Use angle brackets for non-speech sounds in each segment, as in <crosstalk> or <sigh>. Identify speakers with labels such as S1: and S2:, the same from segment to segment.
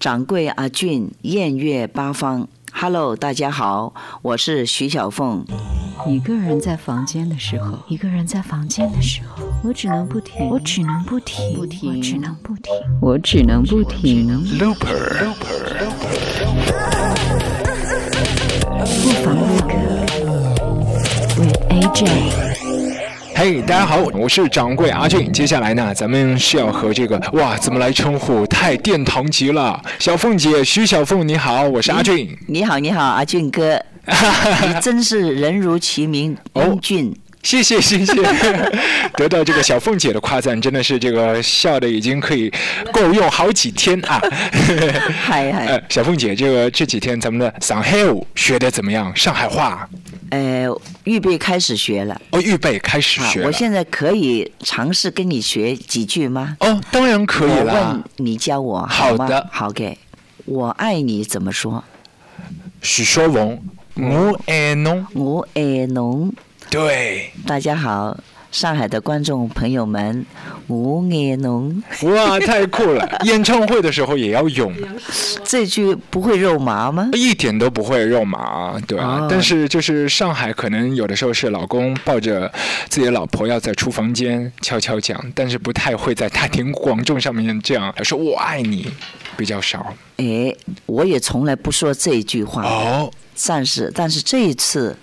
S1: 掌柜阿俊，艳月八方。Hello，大家好，我是徐小凤。
S2: 一个人在房间的时候，
S3: 一个人在房间的时候，
S2: 我只能不停，
S3: 我只能不停，
S2: 不停
S3: 我只能不停。
S2: 我只能不停，
S3: 不妨录歌，with AJ。
S4: 嘿大家好，我是掌柜阿俊。接下来呢，咱们是要和这个哇，怎么来称呼？太殿堂级了！小凤姐，徐小凤，你好，我是阿俊。
S1: 你好，你好，阿俊
S4: <laughs>
S1: 哥，你真是人如其名，
S4: 哦
S1: 英俊。
S4: 谢谢谢 <laughs> 谢，得到这个小凤姐的夸赞，真的是这个笑的已经可以够用好几天啊！
S1: <laughs> 嗨
S4: <laughs> 呃
S1: 嗨，，
S4: 小凤姐，这个这几天咱们的上海话学的怎么样？上海话
S1: 呃，预备开始学了。
S4: 哦，预备开始
S1: 啊
S4: 学，了。
S1: 我现在可以尝试跟你学几句吗？
S4: 哦，当然可以
S1: 我
S4: 啦
S1: 问。你教我
S4: 好
S1: 吗？
S4: 的
S1: 好给。我爱你怎么说？
S4: 许说文，
S1: 嗯
S4: 我爱侬。
S1: 我爱侬。
S4: 对，
S1: 大家好，上海的观众朋友们，我爱侬。
S4: 哇，啊太酷了！演唱会的时候也要用，
S1: 这句不会肉麻吗？
S4: 一点都不会肉麻，对啊。
S1: 哦
S4: 但是就是上海，可能有的时候是老公抱着自己的老婆要在厨房间悄悄讲，但是不太会在大庭广众上面这样说“我爱你”，比较少。
S1: 哎，我也从来不说这句话。
S4: 哦，
S1: 但是，但是这一次，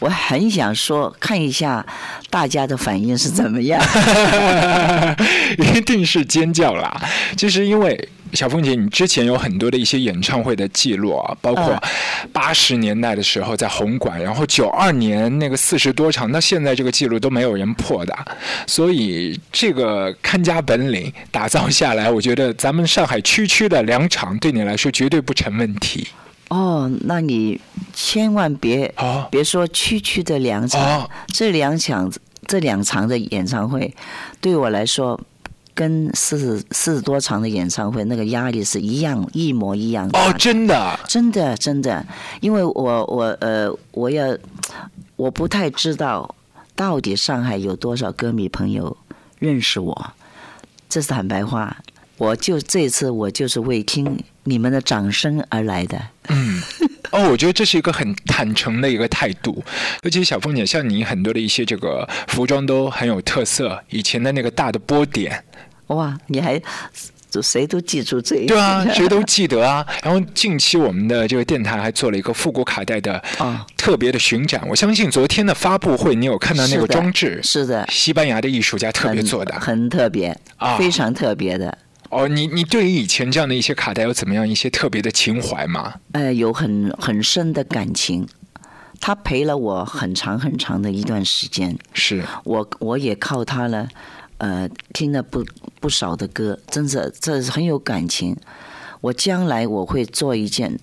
S1: 我很想说，看一下大家的反应是怎么
S4: <laughs>
S1: 样。
S4: 一定是尖叫啦！就是因为小凤姐，你之前有很多的一些演唱会的记录啊，包括八十年代的时候在红馆，然后九二年那个四十多场，到现在这个记录都没有人破的，所以这个看家本领打造下来，我觉得咱们上海区区的两场对你来说绝对不成问题。
S1: 哦，那你千万别、
S4: 哦
S1: 别说区区的两场，
S4: 哦
S1: 这两场这两场的演唱会，对我来说，跟四十四十多场的演唱会那个压力是一样一模一样大
S4: 哦，
S1: 的。
S4: 真的
S1: 真的真的，因为我我呃，我要我不太知道到底上海有多少歌迷朋友认识我，这是坦白话。我就这次我就是为听你们的掌声而来的。
S4: 哦，我觉得这是一个很坦诚的一个态度，尤其小凤姐，像你很多的一些这个服装都很有特色，以前的那个大的波点，
S1: 哇，你还谁都记住这一 <laughs>
S4: 对啊，
S1: 点
S4: 谁都记得啊。然后近期我们的这个电台还做了一个复古卡带的
S1: 啊
S4: 特别的巡展，我相信昨天的发布会你有看到那个
S1: 是的
S4: 装置，
S1: 是的，
S4: 西班牙的艺术家特别
S1: 很
S4: 做的。
S1: 很特别
S4: 啊，
S1: 非常特别的。
S4: 哦，你你对于以前这样的一些卡带有怎么样一些特别的情怀吗？
S1: 呃，有很很深的感情，他陪了我很长很长的一段时间，
S4: 是
S1: 我我也靠他呢，呃，听了不不少的歌，真是这是很有感情。我将来我会做一件，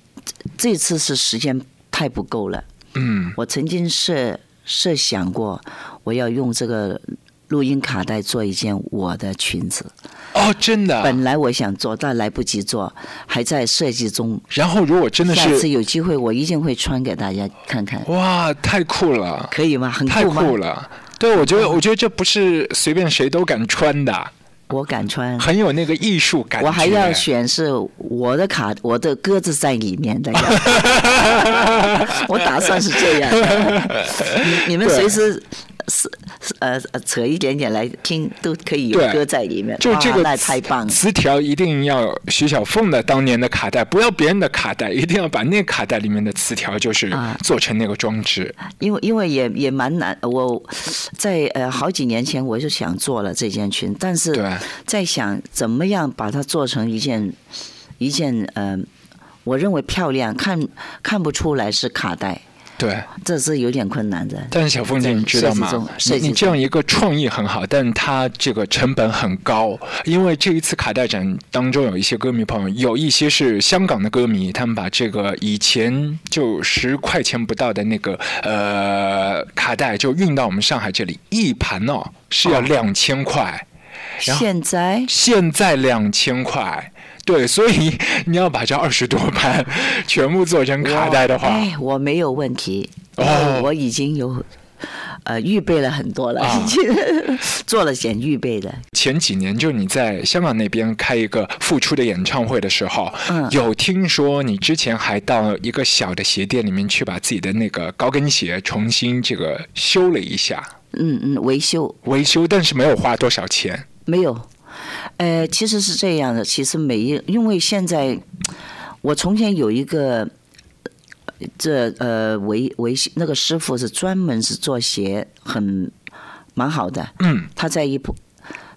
S1: 这这次是时间太不够了。
S4: 嗯，
S1: 我曾经设设想过，我要用这个录音卡带做一件我的裙子。
S4: 哦，真的。
S1: 本来我想做，但来不及做，还在设计中。
S4: 然后如果真的
S1: 下次
S4: 是
S1: 有机会，我一定会穿给大家看看，
S4: 哇，太酷了！
S1: 可以吗？很
S4: 太
S1: 吗？
S4: 酷了。对，我觉
S1: 嗯
S4: 得，我觉得这不是随便谁都敢穿的，
S1: 我敢穿。
S4: 很有那个艺术感觉。
S1: 我还要
S4: <laughs>
S1: 选是我的卡，我的鸽子在里面的，
S4: <laughs>
S1: 我打算是这样的。你你们
S4: 对
S1: 随时是是呃呃扯一点点来听，都可以有
S4: 对
S1: 歌在里面。
S4: <laughs> 就这
S1: 哇那
S4: 个
S1: 太棒了！
S4: 词条一定要徐小凤的当年的卡带，不要别人的卡带，一定要把那卡带里面的词条就是
S1: 啊
S4: 做成那个装置。
S1: 因为因为也也蛮难，我在呃好几年前我就想做了这件裙，但是
S4: 对
S1: 在想怎么样把它做成一件一件呃，我认为漂亮，看看不出来是卡带，
S4: 对，
S1: 这是有点困难的。
S4: 但是小凤姐，
S1: 在
S4: 你知道
S1: 设计中
S4: 吗？
S1: 设
S4: 你
S1: 计
S4: 你这样一个创意很好，但它这个成本很高，因为这一次卡带展当中有一些歌迷朋友，有一些是香港的歌迷，他们把这个以前就十块钱不到的那个呃卡带就运到我们上海这里，一盘哦是要两千块，然后
S1: 现在
S4: 现在两千块。对，所以你要把这二十多盘全部做成卡带的话，
S1: 哎，我没有问题，
S4: 哦
S1: 我已经有呃预备了很多了，
S4: 啊
S1: 已经 <laughs> 做了点预备的。
S4: 前几年就你在香港那边开一个复出的演唱会的时候，
S1: 嗯
S4: 有听说你之前还到一个小的鞋店里面去把自己的那个高跟鞋重新这个修了一下，
S1: 嗯嗯，维修
S4: 维修，但是没有花多少钱。
S1: 没有，呃，其实是这样的，其实每一因为现在我从前有一个。呃这呃维维修那个师傅是专门是做鞋，很蛮好的。
S4: 嗯，
S1: 他在一铺，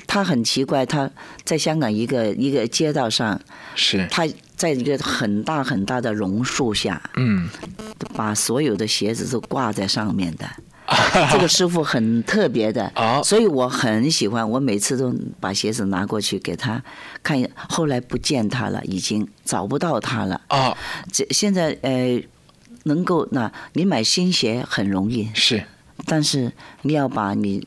S1: 他很奇怪，他在香港一个一个街道上，
S4: 是，
S1: 他在一个很大很大的榕树下，
S4: 嗯，
S1: 把所有的鞋子都挂在上面 <laughs> 的。这个师傅很特别的
S4: 哦，
S1: 啊所以我很喜欢。我每次都把鞋子拿过去给他看一下，后来不见他了，已经找不到他了。
S4: 哦，
S1: 这现在呃，能够那你买新鞋很容易，
S4: 是，
S1: 但是你要把你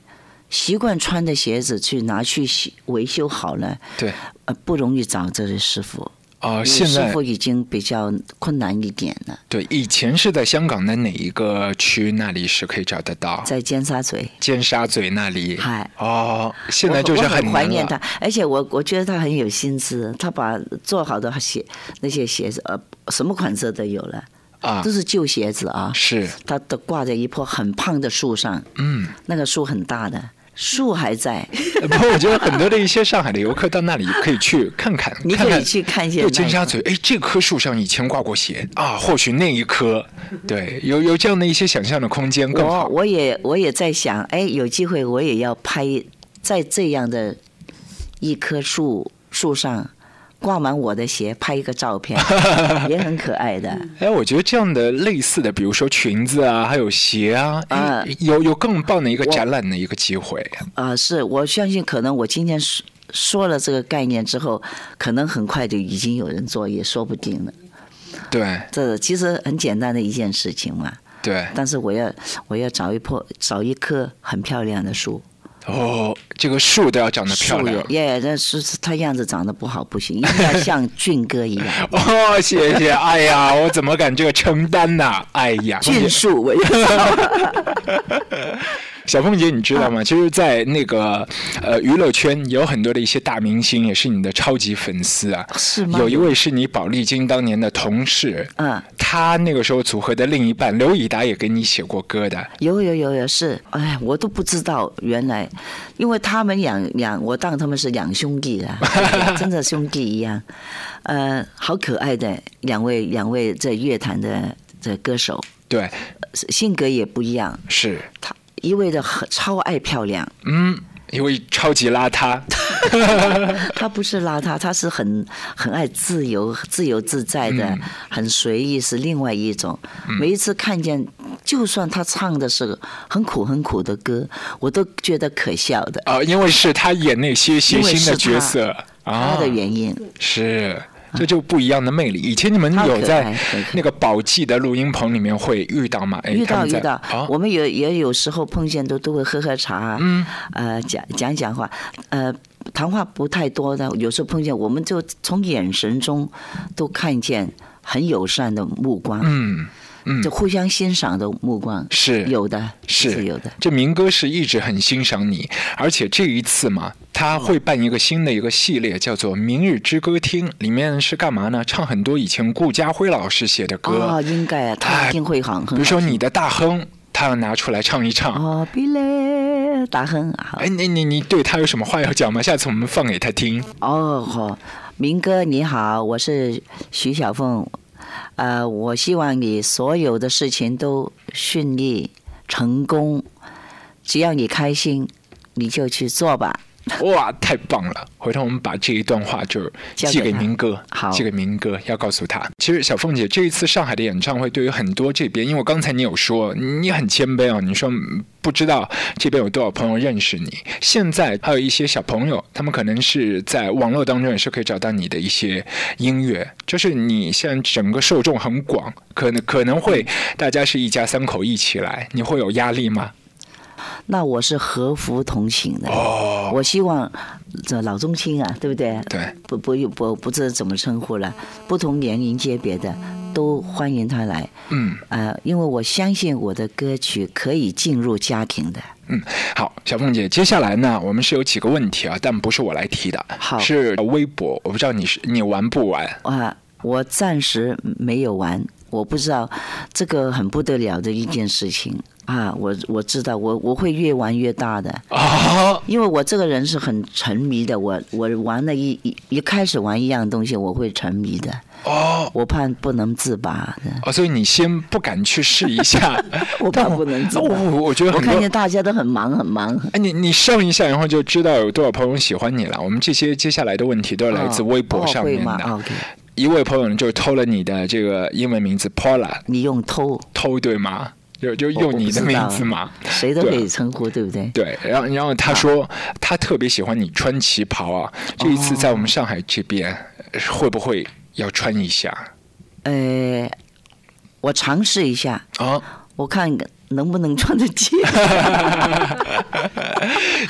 S1: 习惯穿的鞋子去拿去洗维修好了，
S4: 对，
S1: 呃，不容易找这位师傅。
S4: 哦，
S1: 因为
S4: 现
S1: 师
S4: 在
S1: 傅已经比较困难一点了，
S4: 对，以前是在香港的哪一个区那里是可以找得到？
S1: 在尖沙咀。
S4: 尖沙咀那里。
S1: 嗨
S4: 哦，现在
S1: 我
S4: 就是
S1: 我很
S4: 难
S1: 怀念
S4: 了
S1: 他，而且我我觉得他很有心思，他把做好的鞋那些鞋子，呃，什么款式都有了，
S4: 啊
S1: 都，是旧鞋子啊。
S4: 是，
S1: 他都挂在一棵很胖的树上，
S4: 嗯。
S1: 那个树很大的，树还在，
S4: 不过我觉得很多的一些上海的游客到那里可以去看看，
S1: 你
S4: 看
S1: 可
S4: 看
S1: 以去看一些
S4: 对尖
S1: 那
S4: 沙
S1: 个
S4: 咀，哎，这棵树上以前挂过鞋啊，或许那一棵，对，有有这样的一些想象的空间更
S1: 我
S4: 好。
S1: 我也我也在想，哎，有机会我也要拍在这样的一棵树树上挂满我的鞋，拍一个照
S4: <laughs>
S1: 片，也很可爱的。
S4: 哎，我觉得这样的类似的，比如说裙子啊，还有鞋啊，哎
S1: 啊
S4: 有有更棒的一个展览的一个机会。
S1: 啊、是我相信，可能我今天说说了这个概念之后，可能很快就已经有人做，也说不定了。
S4: 对
S1: 这其实很简单的一件事情嘛。
S4: 对，
S1: 但是我要我要找一棵找一棵很漂亮的树，
S4: 哦，这个树都要长得漂
S1: 树
S4: 亮
S1: 也。耶，那树它样子长得不好不行，一定要像俊哥一样，
S4: 哦，谢谢。哎呀，我怎么敢这个承担呐、哎呀，
S1: 俊树我要。
S4: 小凤姐，你知
S1: 啊
S4: 道吗？其实，在那个呃娱乐圈，有很多的一些大明星也是你的超级粉丝啊。
S1: 哦是吗
S4: 有一位是你宝丽金当年的同事，
S1: 嗯，
S4: 他那个时候组合的另一半刘以达也给你写过歌的。
S1: 有有有有是，哎，我都不知道原来，因为他们养养我当他们是两兄弟
S4: <laughs>
S1: 啊，对真的兄弟一样，呃，好可爱的两位两位这乐坛的这歌手，
S4: 对，
S1: 性格也不一样，
S4: 是，
S1: 他一味的很超爱漂亮，
S4: 嗯，因为超级邋
S1: <laughs>
S4: 遢，
S1: 他不是邋遢，他是很很爱自由、自由自在的，
S4: 嗯
S1: 很随意，是另外一种。每一次看见，就算他唱的是很苦很苦的歌，我都觉得可笑的。
S4: 啊、因为是他演那些谐星的角色啊
S1: 他的原因，
S4: 是。这就不一样的魅力。以前你们
S1: 他
S4: 有
S1: 可
S4: 在
S1: 爱可可
S4: 那个宝记的录音棚里面会遇到吗？哎
S1: 遇
S4: 他
S1: 到
S4: 们
S1: 遇
S4: 在
S1: 到，
S4: 啊
S1: 我们有也有时候碰见都都会喝喝茶，嗯，呃，讲讲讲话，呃，谈话不太多的，有时候碰见我们就从眼神中都看见很友善的目光，
S4: 嗯嗯
S1: 就互相欣赏的目光，
S4: 是
S1: 有的，
S4: 是
S1: 有的。
S4: 这明哥是一直很欣赏你，而且这一次嘛，他会办一个新的一个系列，叫做《明日之歌厅》，里面是干嘛呢？唱很多以前顾嘉辉老师写的
S1: 哦，
S4: 歌，
S1: 应该啊，他
S4: 哎
S1: 一定会很
S4: 比
S1: 很
S4: 如
S1: 好。
S4: 说你的大亨，他要拿出来唱一唱。
S1: 哦，比嘞，达亨好
S4: 哎，。你你你对他有什么话要讲吗？下次我们放给他听。
S1: 哦，好，明哥你好，我是徐小凤，呃，我希望你所有的事情都顺利成功，只要你开心，你就去做吧。
S4: <laughs> 哇，太棒了！回头我们把这一段话就是
S1: 交
S4: 寄
S1: 给
S4: 给
S1: 他
S4: 明哥，
S1: 好
S4: 寄给明哥，要告诉他。其实小凤姐这一次上海的演唱会，对于很多这边，因为刚才你有说你很谦卑哦，你说嗯不知道这边有多少朋友认识你。现在还有一些小朋友，他们可能是在网络当中也是可以找到你的一些音乐，就是你现在整个受众很广，可能可能会大家是一家三口一起来，你会有压力吗？
S1: 那我是和服同行的，
S4: 哦，
S1: 我希望这老中青啊，对不对？
S4: 对，
S1: 不不不不知怎么称呼了，不同年龄级别的都欢迎他来。
S4: 嗯
S1: 呃，因为我相信我的歌曲可以进入家庭的。
S4: 嗯，好，小凤姐，接下来呢，我们是有几个问题啊，但不是我来提的，
S1: 好
S4: 是微博，我不知道你是你玩
S1: <laughs>
S4: 不玩？
S1: 哇，啊我暂时没有玩，我不知道这个很不得了的一件事情啊！我我知道，我我会越玩越大的，
S4: 啊，
S1: 因为我这个人是很沉迷的。我我玩了一一一开始玩一样东西，我会沉迷的，
S4: 哦。
S1: 我怕不能自拔的，
S4: 哦，所以你先不敢去试一下，
S1: <laughs> 我怕不能自
S4: <laughs> 那我
S1: 拔。
S4: 我我觉得
S1: 我
S4: 很
S1: 看见
S4: 多，
S1: 大家都很忙很忙，
S4: 哎，你你上一下，然后就知道有多少朋友喜欢你了。我们这些接下来的问题都是来自微博上面
S1: 哦
S4: 的。
S1: 会吗？OK，
S4: 一位朋友就偷了你的这个英文名字 Paula，
S1: 你用偷，
S4: 偷对吗？就就
S1: 我
S4: 用你的名字？
S1: 我 <laughs>
S4: 吗
S1: 不知？道谁
S4: 啊
S1: 都可以称呼，对不对？
S4: 对，然后然后
S1: 啊
S4: 他说、他特别喜欢你穿旗袍啊，这一次在我们上海这边、会不会要穿一下
S1: 呃，我尝试一下。
S4: 啊？
S1: 我看能不能穿得进。
S4: <laughs>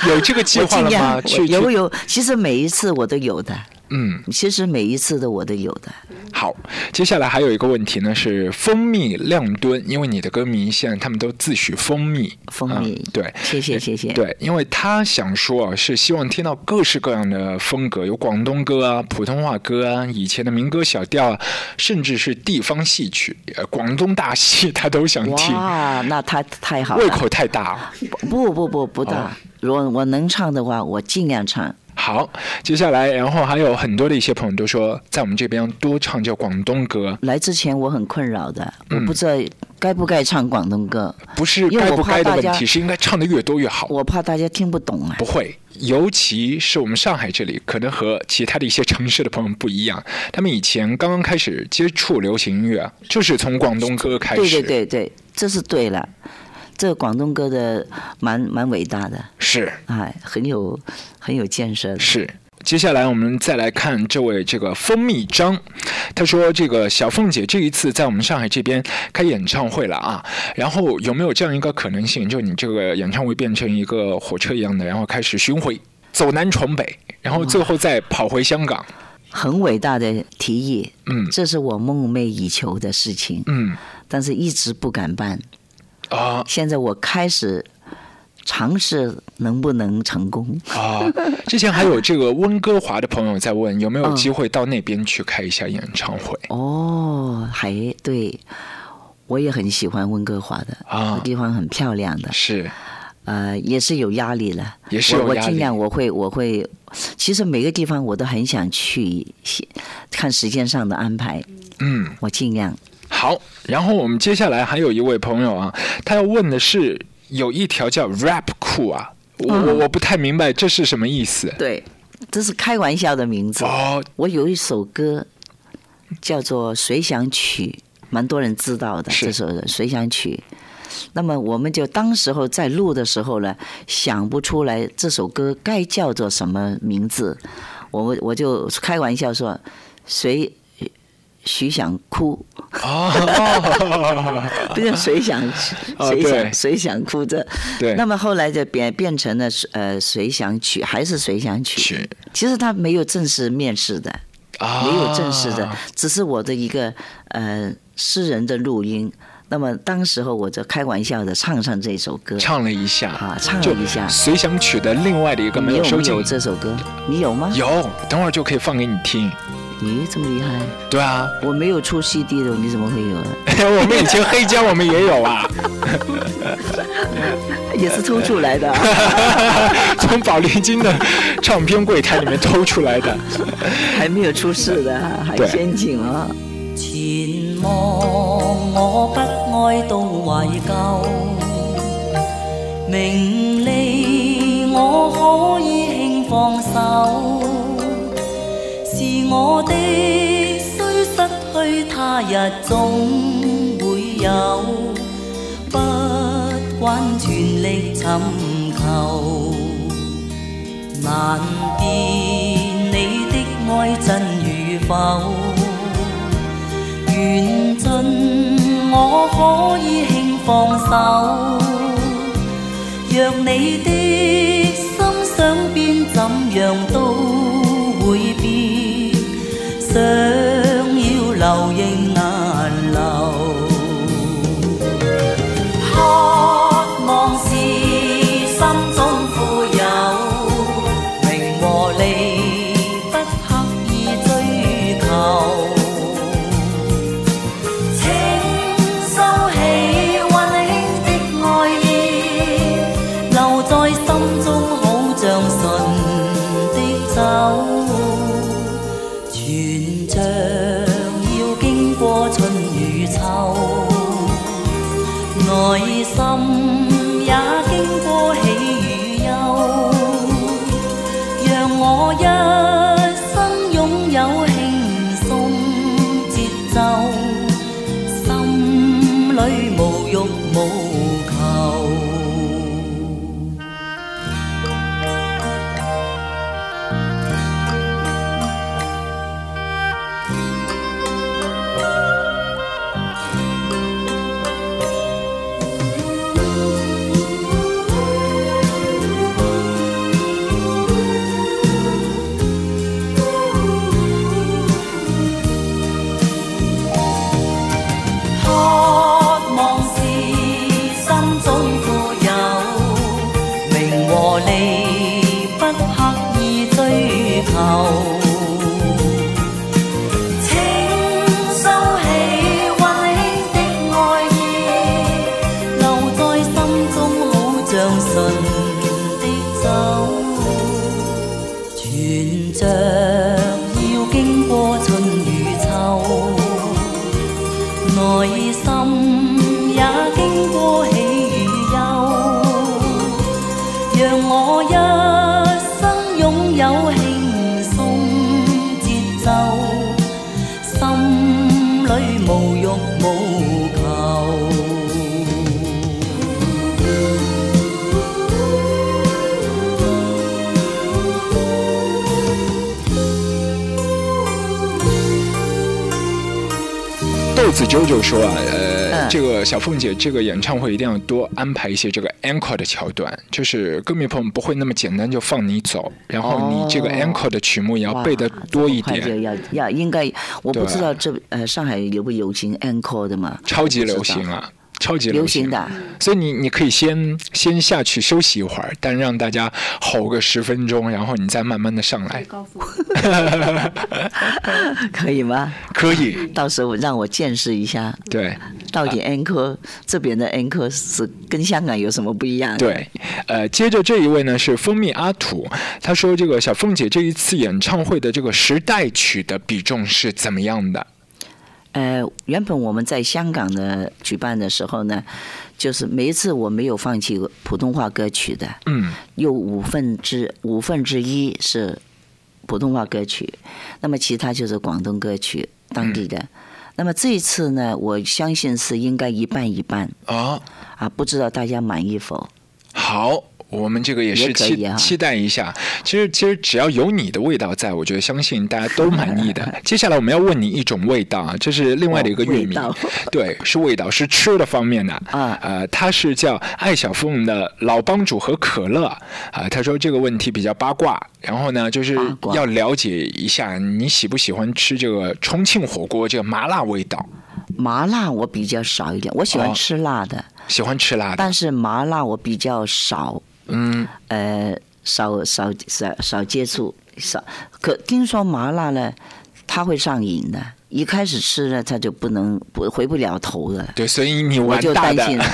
S4: 有这个计
S1: 我
S4: 划
S1: 尽
S4: 了吗？
S1: 量，
S4: 去
S1: 我有
S4: 去
S1: 有，其实每一次我都有的，
S4: 嗯，
S1: 其实每一次的我都有的。
S4: 好，接下来还有一个问题呢，是蜂蜜亮吨，因为你的歌迷现在他们都自诩蜂蜜，
S1: 蜂蜜
S4: 嗯对，
S1: 谢谢谢谢
S4: 对，因为他想说啊，是希望听到各式各样的风格，有广东歌啊、普通话歌啊、以前的民歌小调啊，甚至是地方戏曲、呃广东大戏，他都想听，
S1: 哇，那太太好
S4: 胃
S1: 了！
S4: 口哦太大。
S1: 不不不不大，如果我能唱的话，我尽量唱。
S4: 好，接下来，然后还有很多的一些朋友都说，在我们这边多唱这广东歌，
S1: 来之前我很困扰的，
S4: 嗯
S1: 我不知道该不该唱广东歌，
S4: 不是
S1: 因为
S4: 该
S1: 我
S4: 不
S1: 怕
S4: 该的
S1: 大
S4: 问
S1: 家
S4: 题，是应该唱的越多越好。
S1: 我怕大家听不懂啊
S4: 不。会，尤其是我们上海这里，可能和其他的一些城市的朋友不一样。他们以前刚刚开始接触流行音乐，就是从广东歌开
S1: 对
S4: 始。
S1: 对，对对，这是对了，这个广东歌的蛮蛮伟大的，
S4: 是
S1: 哎，很有很有建设的。
S4: 是。接下来我们再来看这位这个蜂蜜张，他说这个小凤姐这一次在我们上海这边开演唱会了啊，然后有没有这样一个可能性，就你这个演唱会变成一个火车一样的，然后开始巡回，走南闯北，然后最后再跑回香港？
S1: 很伟大的提议，
S4: 嗯
S1: 这是我梦寐以求的事情，
S4: 嗯
S1: 但是一直不敢办。
S4: 啊，
S1: 现在我开始尝试能不能成功。
S4: 啊，之前还有这个温哥华的朋友在问，有没有
S1: 嗯
S4: 机会到那边去开一下演唱会？
S1: 哦，还对，我也很喜欢温哥华的，
S4: 啊
S1: 那地方很漂亮的，
S4: 是，
S1: 呃，也是有压力了，
S4: 也是有
S1: 我我
S4: 压
S1: 尽
S4: 力
S1: 量我会我会，其实每个地方我都很想去，看时间上的安排，
S4: 嗯，
S1: 我尽量。
S4: 好。然后我们接下来还有一位朋友啊，他要问的是有一条叫 rap 酷啊，我
S1: 嗯
S4: 我我不太明白这是什么意思。
S1: 对，这是开玩笑的名字。
S4: 哦，
S1: 我有一首歌叫做《随想曲》，蛮多人知道的
S4: 是
S1: 这首《随想曲》。那么我们就当时候在录的时候呢，想不出来这首歌该叫做什么名字，我们我就开玩笑说，谁徐想哭，
S4: 哦，
S1: <laughs> 不是谁想
S4: 哦
S1: 谁
S4: 对
S1: 想谁想哭这。
S4: 对
S1: 那么后来就变变成了呃随想曲，还是随想曲？
S4: 是
S1: 其实他没有正式面试的，
S4: 啊，
S1: 没有正式的，只是我的一个呃私人的录音。那么当时候我就开玩笑的唱上这首歌，
S4: 唱了一下
S1: 啊唱了
S4: 就
S1: 一下
S4: 随想曲的另外的一个没
S1: 你
S4: 有
S1: 有
S4: 收
S1: 没
S4: 进
S1: 有，这首歌？你有吗？。
S4: 有，等会儿就可以放给你听。
S1: 咦，这么厉害！
S4: 对啊， <laughs>
S1: 我没有出 CD 的，你怎么会有啊？
S4: 我们以前黑胶我们也有啊。
S1: 也是偷出来的啊。
S4: <laughs> 从宝丽金的唱片柜台里面偷出来的。
S1: 还没有出世的，还
S4: 对
S1: 先进啊！
S5: 前望我不哀悼懷舊，名利我可以輕放手，是我的雖失去，他日總會有，不挽全力尋求。難辨你的愛真與否，緣盡我可以輕放手。若你的心想變，怎樣都會變。想要留仍難内心也经过喜与忧，让我一生拥有轻松节奏，心里无欲无求。
S4: 豆子周周说啊，呃，
S1: 嗯
S4: 这个小凤姐这个演唱会一定要多安排一些这个 encore 的桥段，就是歌迷朋友不会那么简单就放你走，然后你这个
S1: 哦
S4: encore 的曲目也要
S1: 哇
S4: 背得多一
S1: 这么快就
S4: 点。
S1: 要要应该，我不
S4: 对啊
S1: 知道这呃上海流不流行 encore 的嘛？
S4: 超级
S1: 不知
S4: 流
S1: 道
S4: 行，啊，超级
S1: 流
S4: 行
S1: 行的啊
S4: 所以你你可以先先下去休息一会儿，但让大家吼个十分钟，然后你再慢慢的上来，
S1: 可以吗？
S4: 可以。
S1: 到时候让我见识一下，
S4: 对
S1: 到底
S4: 啊
S1: encore、这边的 encore 是跟香港有什么不一样？，
S4: 对，呃，接着这一位呢是蜂蜜阿土，他说这个小凤姐这一次演唱会的这个时代曲的比重是怎么样的？
S1: 呃，原本我们在香港的举办的时候呢，就是每一次我没有放弃普通话歌曲的，
S4: 嗯，
S1: 有五分之五分之一是普通话歌曲，那么其他就是广东歌曲当地的。
S4: 嗯
S1: 那么这一次呢，我相信是应该一半一半
S4: 啊，
S1: 啊，不知道大家满意否？
S4: 好。我们这个也是
S1: 也可
S4: 期
S1: 以啊
S4: 期待一下，其实其实只要有你的味道在，我觉得相信大家都满意的。
S1: <laughs>
S4: 接下来我们要问你一种味道啊，这是另外的一个乐
S1: 哦味
S4: 迷，
S1: 道
S4: <laughs> 对，是味道，是吃的方面的
S1: 啊
S4: 呃，他是叫艾小凤的老帮主和可乐啊、他说这个问题比较八卦，然后呢，就是
S1: 八卦
S4: 要了解一下你喜不喜欢吃这个重庆火锅这个麻辣味道，
S1: 麻辣我比较少一点，我喜欢
S4: 哦
S1: 吃辣的，
S4: 喜欢吃辣的，
S1: 但是麻辣我比较少，
S4: 嗯，
S1: 呃，少少少少接触少。可听说麻辣呢，它会上瘾的，一开始吃呢，它就不能不回不了头的。
S4: 对，所以你
S1: 我
S4: 玩
S1: 就
S4: 大
S1: 担
S4: 的，
S1: 心了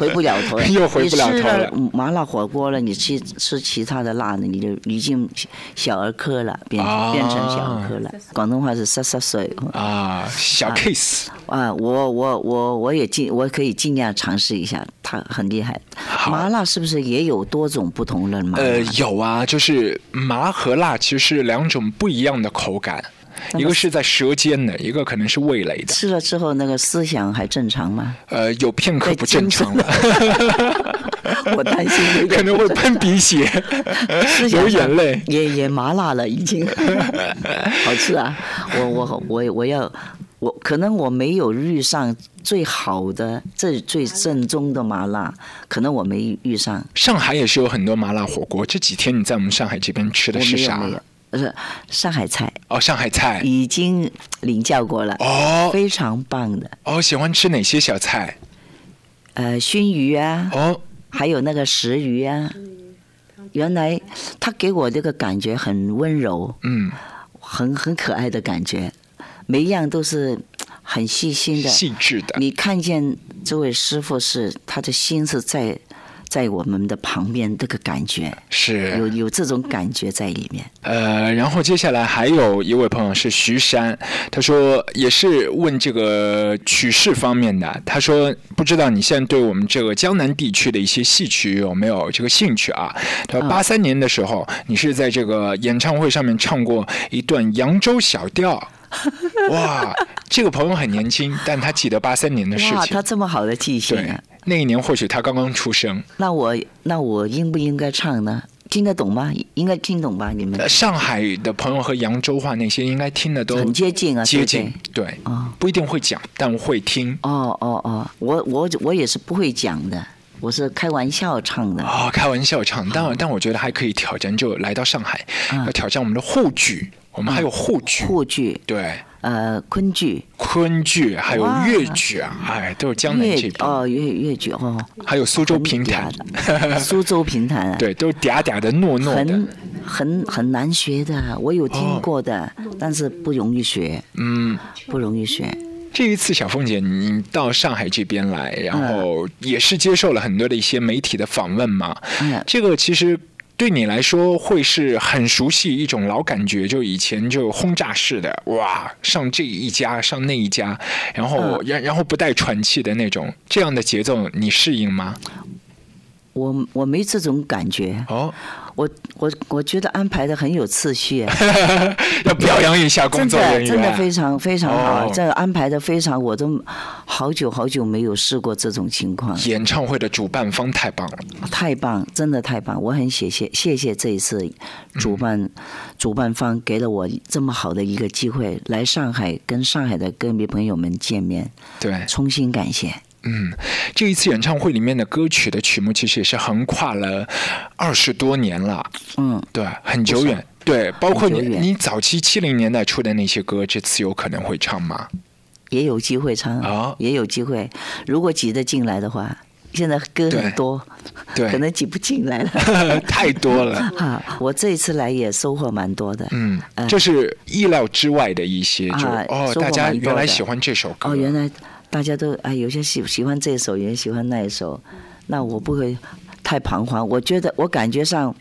S1: 回不了头
S4: <laughs> 又回不了
S1: 你吃
S4: 头了
S1: 了麻辣火锅了，你去吃其他的辣的，你就已经小儿科了，变、
S4: 啊
S1: 变成小儿科了。广东话是洒洒水
S4: <laughs> 啊，小 case，、
S1: 啊！我我我我也尽我可以尽量尝试一下，它很厉害。麻辣是不是也有多种不同的麻辣？
S4: 呃，有啊，就是麻和辣其实是两种不一样的口感，
S1: 那
S4: 一
S1: 么
S4: 个是在舌尖的，一个可能是味蕾的，
S1: 吃了之后那个思想还正常
S4: <laughs>
S1: 吗？
S4: 呃，有片刻
S1: 在
S4: 不正
S1: 精
S4: 常
S1: 神
S4: 了。
S1: 我担心有
S4: 可
S1: 点
S4: 能会喷鼻血 <laughs>
S1: 思、想
S4: 流
S1: 上
S4: 眼泪。
S1: 也也麻辣了，已
S4: <laughs>
S1: 经好吃啊！我我我我要我可能我没有遇上最好的、最最正宗的麻辣，可能我没遇上，
S4: 上海也是有很多麻辣火锅，这几天你在我们上海这边吃
S1: 我
S4: 的是
S1: 没有
S4: 啥
S1: 没？有，不是上海菜
S4: 哦，上海菜。
S1: 已经领教过了，
S4: 哦
S1: 非常棒的，
S4: 哦，喜欢吃哪些小菜？
S1: 呃，熏鱼啊，
S4: 哦，嗯
S1: 还有那个石鱼啊，原来他给我这个感觉很温柔，
S4: 嗯，
S1: 很很可爱的感觉，每一样都是很细心的。
S4: 细致的。
S1: 你看见这位师傅是他的心是在在我们的旁边，这个感觉有
S4: 是，
S1: 有这种感觉在里面。
S4: 呃，然后接下来还有一位朋友是徐山，他说也是问这个曲式方面的，他说不知道你现在对我们这个江南地区的一些戏曲有没有这个兴趣啊？他
S1: 嗯
S4: 说八三年的时候，你是在这个演唱会上面唱过一段扬州小
S1: <laughs>
S4: 调，哇，这个朋友很年轻，但他记得八三年的事
S1: 哇，
S4: 情
S1: 他，这么好的记性
S4: 对
S1: 啊！，
S4: 那一年或许他刚刚出生。
S1: 那我那我应不应该唱呢？听得懂吗？应该听懂吧？你们
S4: 呃上海的朋友和扬州话那些应该听得都
S1: 很接近啊，
S4: 接
S1: 对
S4: 近
S1: 不对，
S4: 对
S1: 哦，
S4: 不一定会讲，但会听。
S1: 哦哦哦，我我我也是不会讲的，我是开玩笑唱的。
S4: 啊、开玩笑唱，
S1: 哦
S4: 但但我觉得还可以挑战，就来到上海，
S1: 嗯
S4: 要挑战我们的沪剧，我们还有沪剧，
S1: 沪剧、
S4: 对，
S1: 呃昆剧、
S4: 昆剧，还有
S1: 哇
S4: 粤剧啊，哎，都是江南这
S1: 粤
S4: 边，
S1: 哦粤粤剧哦，
S4: 还有苏州
S1: 很
S4: 评
S1: 嗲
S4: 弹，
S1: 的， <laughs> 苏州评弹啊，
S4: <laughs> 对，都是嗲嗲的、糯糯的
S1: 很，很很难学的，我有听过的，但是不容易学，
S4: 哦嗯。
S1: 不容易学。
S4: 这一次，小凤姐，你到上海这边
S1: 嗯
S4: 来，然后也是接受了很多的一些媒体的访问嘛。
S1: 嗯
S4: 这个其实对你来说会是很熟悉一种老感觉，就以前就轰炸式的哇，上这一家上那一家，然
S1: 嗯
S4: 后然、然后不带喘气的那种，这样的节奏你适应吗？
S1: 我我没这种感觉，
S4: 哦，
S1: 我我我觉得安排的很有次序，啊
S4: 要表扬一下工
S1: 真
S4: 作人
S1: 的
S4: 员，
S1: 真的非常非常好，
S4: 哦
S1: 这安排的非常，我都好久好久没有试过这种情况，
S4: 演唱会的主办方太棒了，
S1: 太棒，真的太棒！我很谢谢谢谢这一次主办、
S4: 嗯
S1: 主办方给了我这么好的一个机会，来上海跟上海的歌迷朋友们见面，
S4: 对，
S1: 衷心感谢。
S4: 嗯，这一次演唱会里面的歌曲的曲目其实也是横跨了二十多年了，
S1: 嗯，
S4: 对，很久远。对，包括你
S1: 很久远
S4: 你早期七零年代出的那些歌，这次有可能会唱吗？
S1: 也有机会唱，
S4: 哦
S1: 也有机会。如果挤得进来的话，现在歌
S4: 对
S1: 很多，
S4: 对，
S1: 可能挤不进
S4: <laughs>
S1: 来了。
S4: 太多了。
S1: 哈，我这一次来也收获蛮多的。
S4: 嗯，
S1: 呃
S4: 就是意料之外的一些，就、
S1: 啊
S4: 哦，
S1: 收获
S4: 大家
S1: 蛮多
S4: 原来
S1: 的
S4: 喜欢这首歌，
S1: 哦，原来大家都哎，有些喜喜欢这首，有些喜欢那一首，那我不会太彷徨。我觉得我感觉上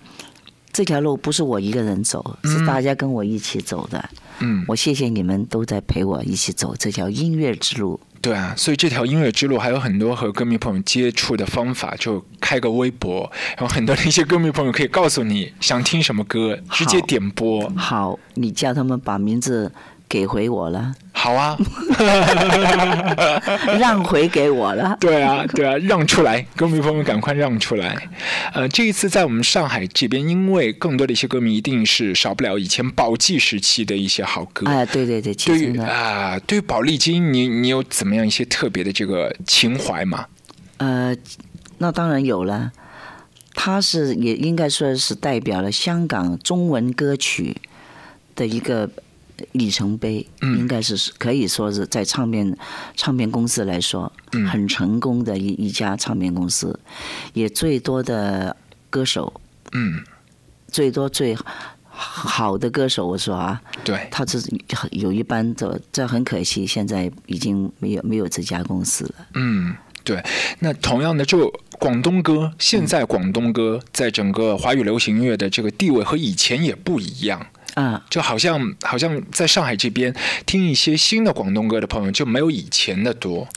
S1: 这条路不是我一个人走，是大家跟我一起走的。
S4: 嗯，
S1: 我谢谢你们都在陪我一起走这条音乐之路。
S4: 对啊，所以这条音乐之路还有很多和歌迷朋友接触的方法，就开个微博，然后很多的一些歌迷朋友可以告诉你想听什么歌，直接
S1: 好
S4: 点播。
S1: 好，你叫他们把名字给回我
S4: <laughs>
S1: 了，<laughs>
S4: 好啊，
S1: 让回给我了。
S4: 对啊，对啊，让出来，歌迷朋友们赶快让出来。呃，这一次在我们上海这边，因为更多的一些歌迷一定是少不了以前宝记时期的一些好歌。
S1: 哎，对对对，其
S4: 对
S1: 实
S4: 于
S1: 呢，
S4: 啊、对于宝丽金，你你有怎么样一些特别的这个情怀吗？
S1: 呃，那当然有了。他是也应该说是代表了香港中文歌曲的一个里程碑，
S4: 嗯
S1: 应该是可以说是在唱片唱片公司来说，
S4: 嗯
S1: 很成功的一一家唱片公司，也最多的歌手，
S4: 嗯，
S1: 最多最好的歌手，我说啊，
S4: 对，
S1: 他这有一班的，这很可惜，现在已经没有没有这家公司了。
S4: 嗯，对。那同样的，就广东歌，现在广东歌在整个华语流行音乐的这个地位和以前也不一样。
S1: 啊，
S4: 就好像好像在上海这边听一些新的广东歌的朋友就没有以前的多，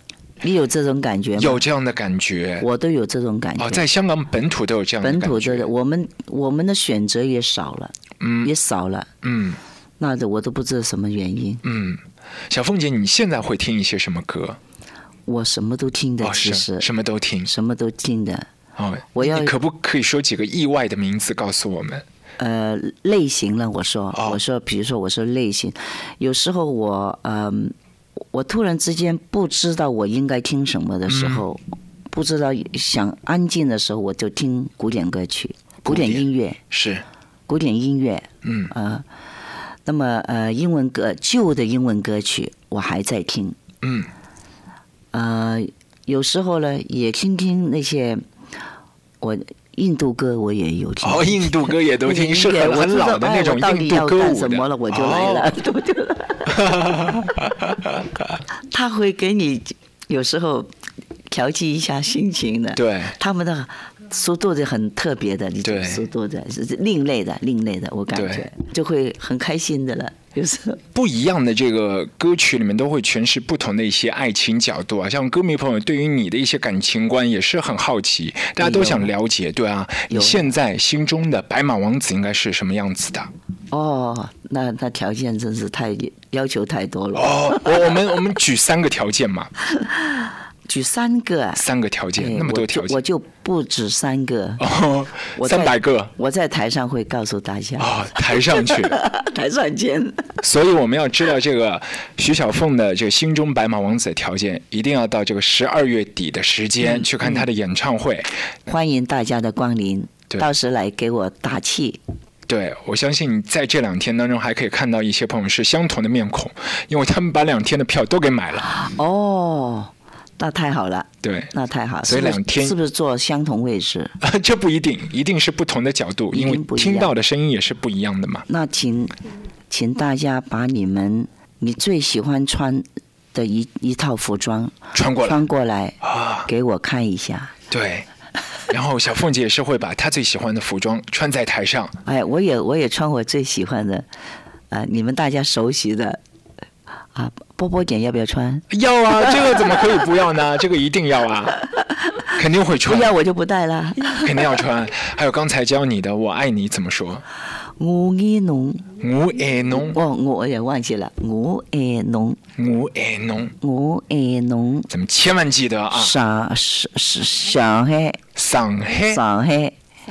S1: 你有这种感觉吗？
S4: 有，这样的感觉。
S1: 我都有这种感觉。
S4: 哦，在香港本土都有这样的
S1: 本
S4: 感觉。
S1: 土的我们我们的选择也少了，
S4: 嗯
S1: 也少了，
S4: 嗯
S1: 那我都不知道什么原因。
S4: 嗯，小凤姐，你现在会听一些什么歌？
S1: 我什么都听的
S4: 哦，，
S1: 其实、
S4: 是什么都听。
S1: 什么都听的。
S4: 哦，
S1: 我要
S4: 你可不可以说几个意外的名字告诉我们？
S1: 呃，类型了，我说，
S4: 哦
S1: 我说，比如说，我说类型，有时候我，嗯、我突然之间不知道我应该听什么的时候，
S4: 嗯
S1: 不知道想安静的时候，我就听古典歌曲、古
S4: 古典
S1: 典音乐、
S4: 是，
S1: 古典音乐，
S4: 嗯
S1: 呃，那么呃，英文歌旧的英文歌曲我还在听，
S4: 嗯
S1: 呃，有时候呢也听听那些我印度歌，我也有听。
S4: 哦，印度歌也都听，是
S1: 也
S4: 很很老的那种
S1: 我知道哎我到底
S4: 印度
S1: 要
S4: 歌舞
S1: 干
S4: 的。
S1: 什么了，我就来了
S4: 哦，
S1: <laughs> 对不对？
S4: <laughs>
S1: 他会给你有时候调剂一下心情的。
S4: 对
S1: 他们的速度的很特别的，你
S4: 对
S1: 速度的是另类的，另类的，我感觉就会很开心的了。有时候
S4: 不一样的这个歌曲里面都会诠释不同的一些爱情角度啊，像歌迷朋友对于你的一些感情观也是很好奇，大家都想了解，对啊，你
S1: 有
S4: 现在心中的白马王子应该是什么样
S1: <laughs>
S4: 子的？
S1: 哦，那那条件真是太要求太多了，
S4: 哦，我我们我们举三个条件嘛，
S1: 举三个啊，
S4: 三个条件，
S1: 哎
S4: 那么多条
S1: 我
S4: 件，
S1: 就我就不止三个，
S4: 哦
S1: 我，在
S4: 三百个
S1: 我在台上会告诉大家， <laughs>
S4: 哦，抬上去。
S1: 台上见。
S4: 所以我们要知道这个徐小凤的这个心中白马王子的条件，一定要到这个十二月底的时
S1: 嗯
S4: 间去看她的演唱会。
S1: 欢迎大家的光临，
S4: 对
S1: 到时来给我打气。
S4: 对我相信你在这两天当中还可以看到一些朋友是相同的面孔，因为他们把两天的票都给买了。
S1: 哦，那太好了，
S4: 对， <laughs>
S1: 那太好。
S4: 所以
S1: 是不是
S4: 两天
S1: 是不是坐相同位置？
S4: 这不一定，一定是不同的角度，
S1: 一
S4: 因
S1: 定
S4: 为
S1: 不一样
S4: 听到的声音也是不一样的嘛。
S1: 那请请大家把你们你最喜欢穿的一一套服装
S4: 穿过来
S1: 穿过来
S4: 啊，
S1: 给我看一下。
S4: 对，然后小凤姐也是会把她最喜欢的服装穿在台上，
S1: 哎，我也我也穿我最喜欢的，呃，你们大家熟悉的啊，波波点要不要穿？
S4: 要啊，这个怎么可以不要呢？这个一定要啊，肯定会
S1: 不
S4: 穿，
S1: 要我就不带啦。
S4: 肯定要穿。还有刚才教你的“我爱你”怎么说？
S1: 我爱侬，
S4: 我爱侬，
S1: 哦，我也忘记了，我爱侬，
S4: 我爱侬，
S1: 我爱侬，
S4: 咱们千万记得啊！
S1: 上上上上海，
S4: 上海，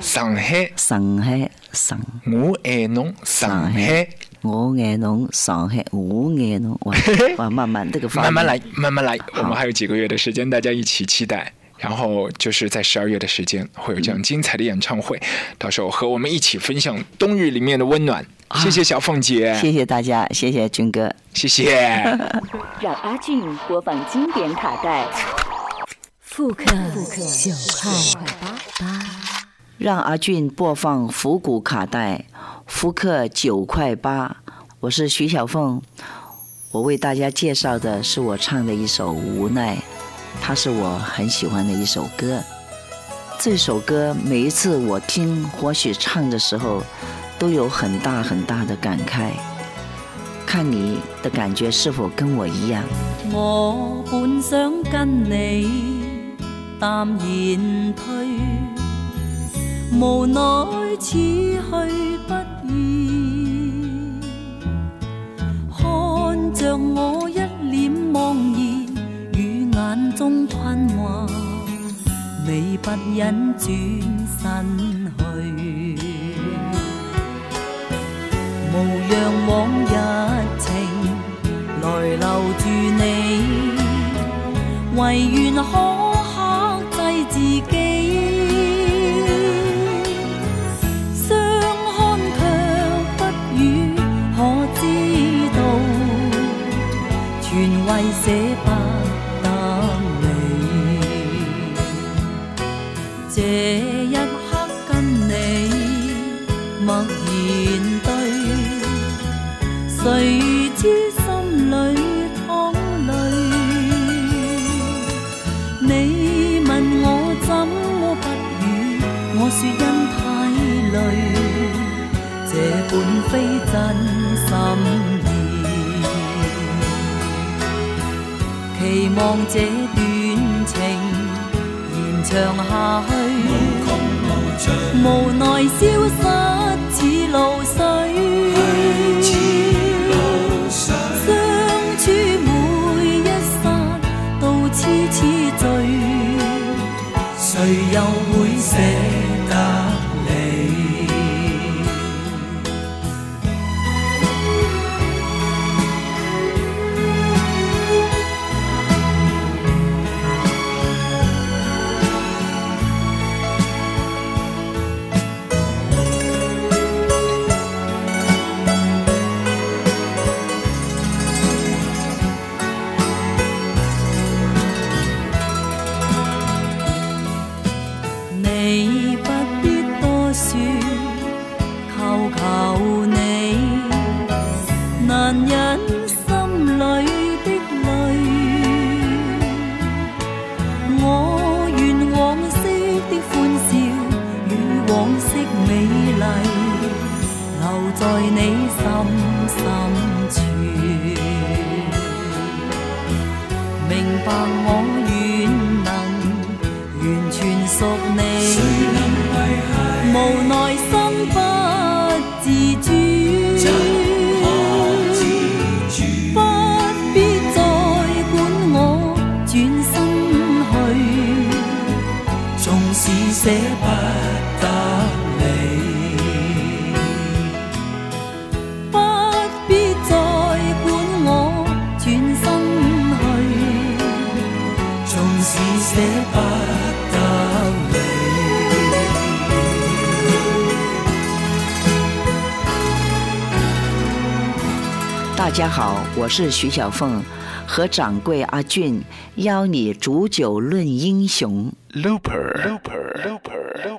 S1: 上海，
S4: 上海，
S1: 上海，上。
S4: 我爱侬，上海。
S1: 我爱侬，上海，我爱侬，哇哇，慢慢这个发音
S4: 慢慢来，慢慢来，我们还有几个月的时间，大家一起期待。然后就是在十二月的时间会有这样精彩的演唱会，到时候和我们一起分享冬日里面的温暖。谢谢小凤姐，
S1: 谢谢大家，谢谢军哥。
S4: 谢谢。
S6: 让阿俊播放经典卡带。
S3: 复刻九块八，
S1: 让阿俊播放复古卡带，复刻九块八。我是徐小凤，我为大家介绍的是我唱的一首《无奈》，它是我很喜欢的一首歌。这首歌每一次我听，或许唱的时候，都有很大很大的感慨。看你的感觉是否跟我一样？
S5: 我本想跟你淡然退，無奈此去不易。看着我一臉茫然，與眼中困惑，你不忍轉身去。無恙往日情來留住你，唯願可克制自己。相看卻不語，可知道全為捨不得你。這一刻跟你默然對，誰知心裏淌淚。你問我怎麼不語，我說因太累，這本非真心意。期望這段情延長下去。無奈消失似露水。相處每一剎都痴痴醉，誰又會捨得你？你不必多说，求求你，難忍心裏的淚。我願往昔的歡笑與往昔美麗，留在你心深處。明白我願能完全屬你，無奈心不自主，不必再管我，轉身去，縱使捨不得你。不必再管我，轉身去，縱使捨不得你。
S1: 大家好，我是徐小凤，和掌柜阿俊邀你煮酒论英雄。
S4: Looper，Looper，Looper，Looper。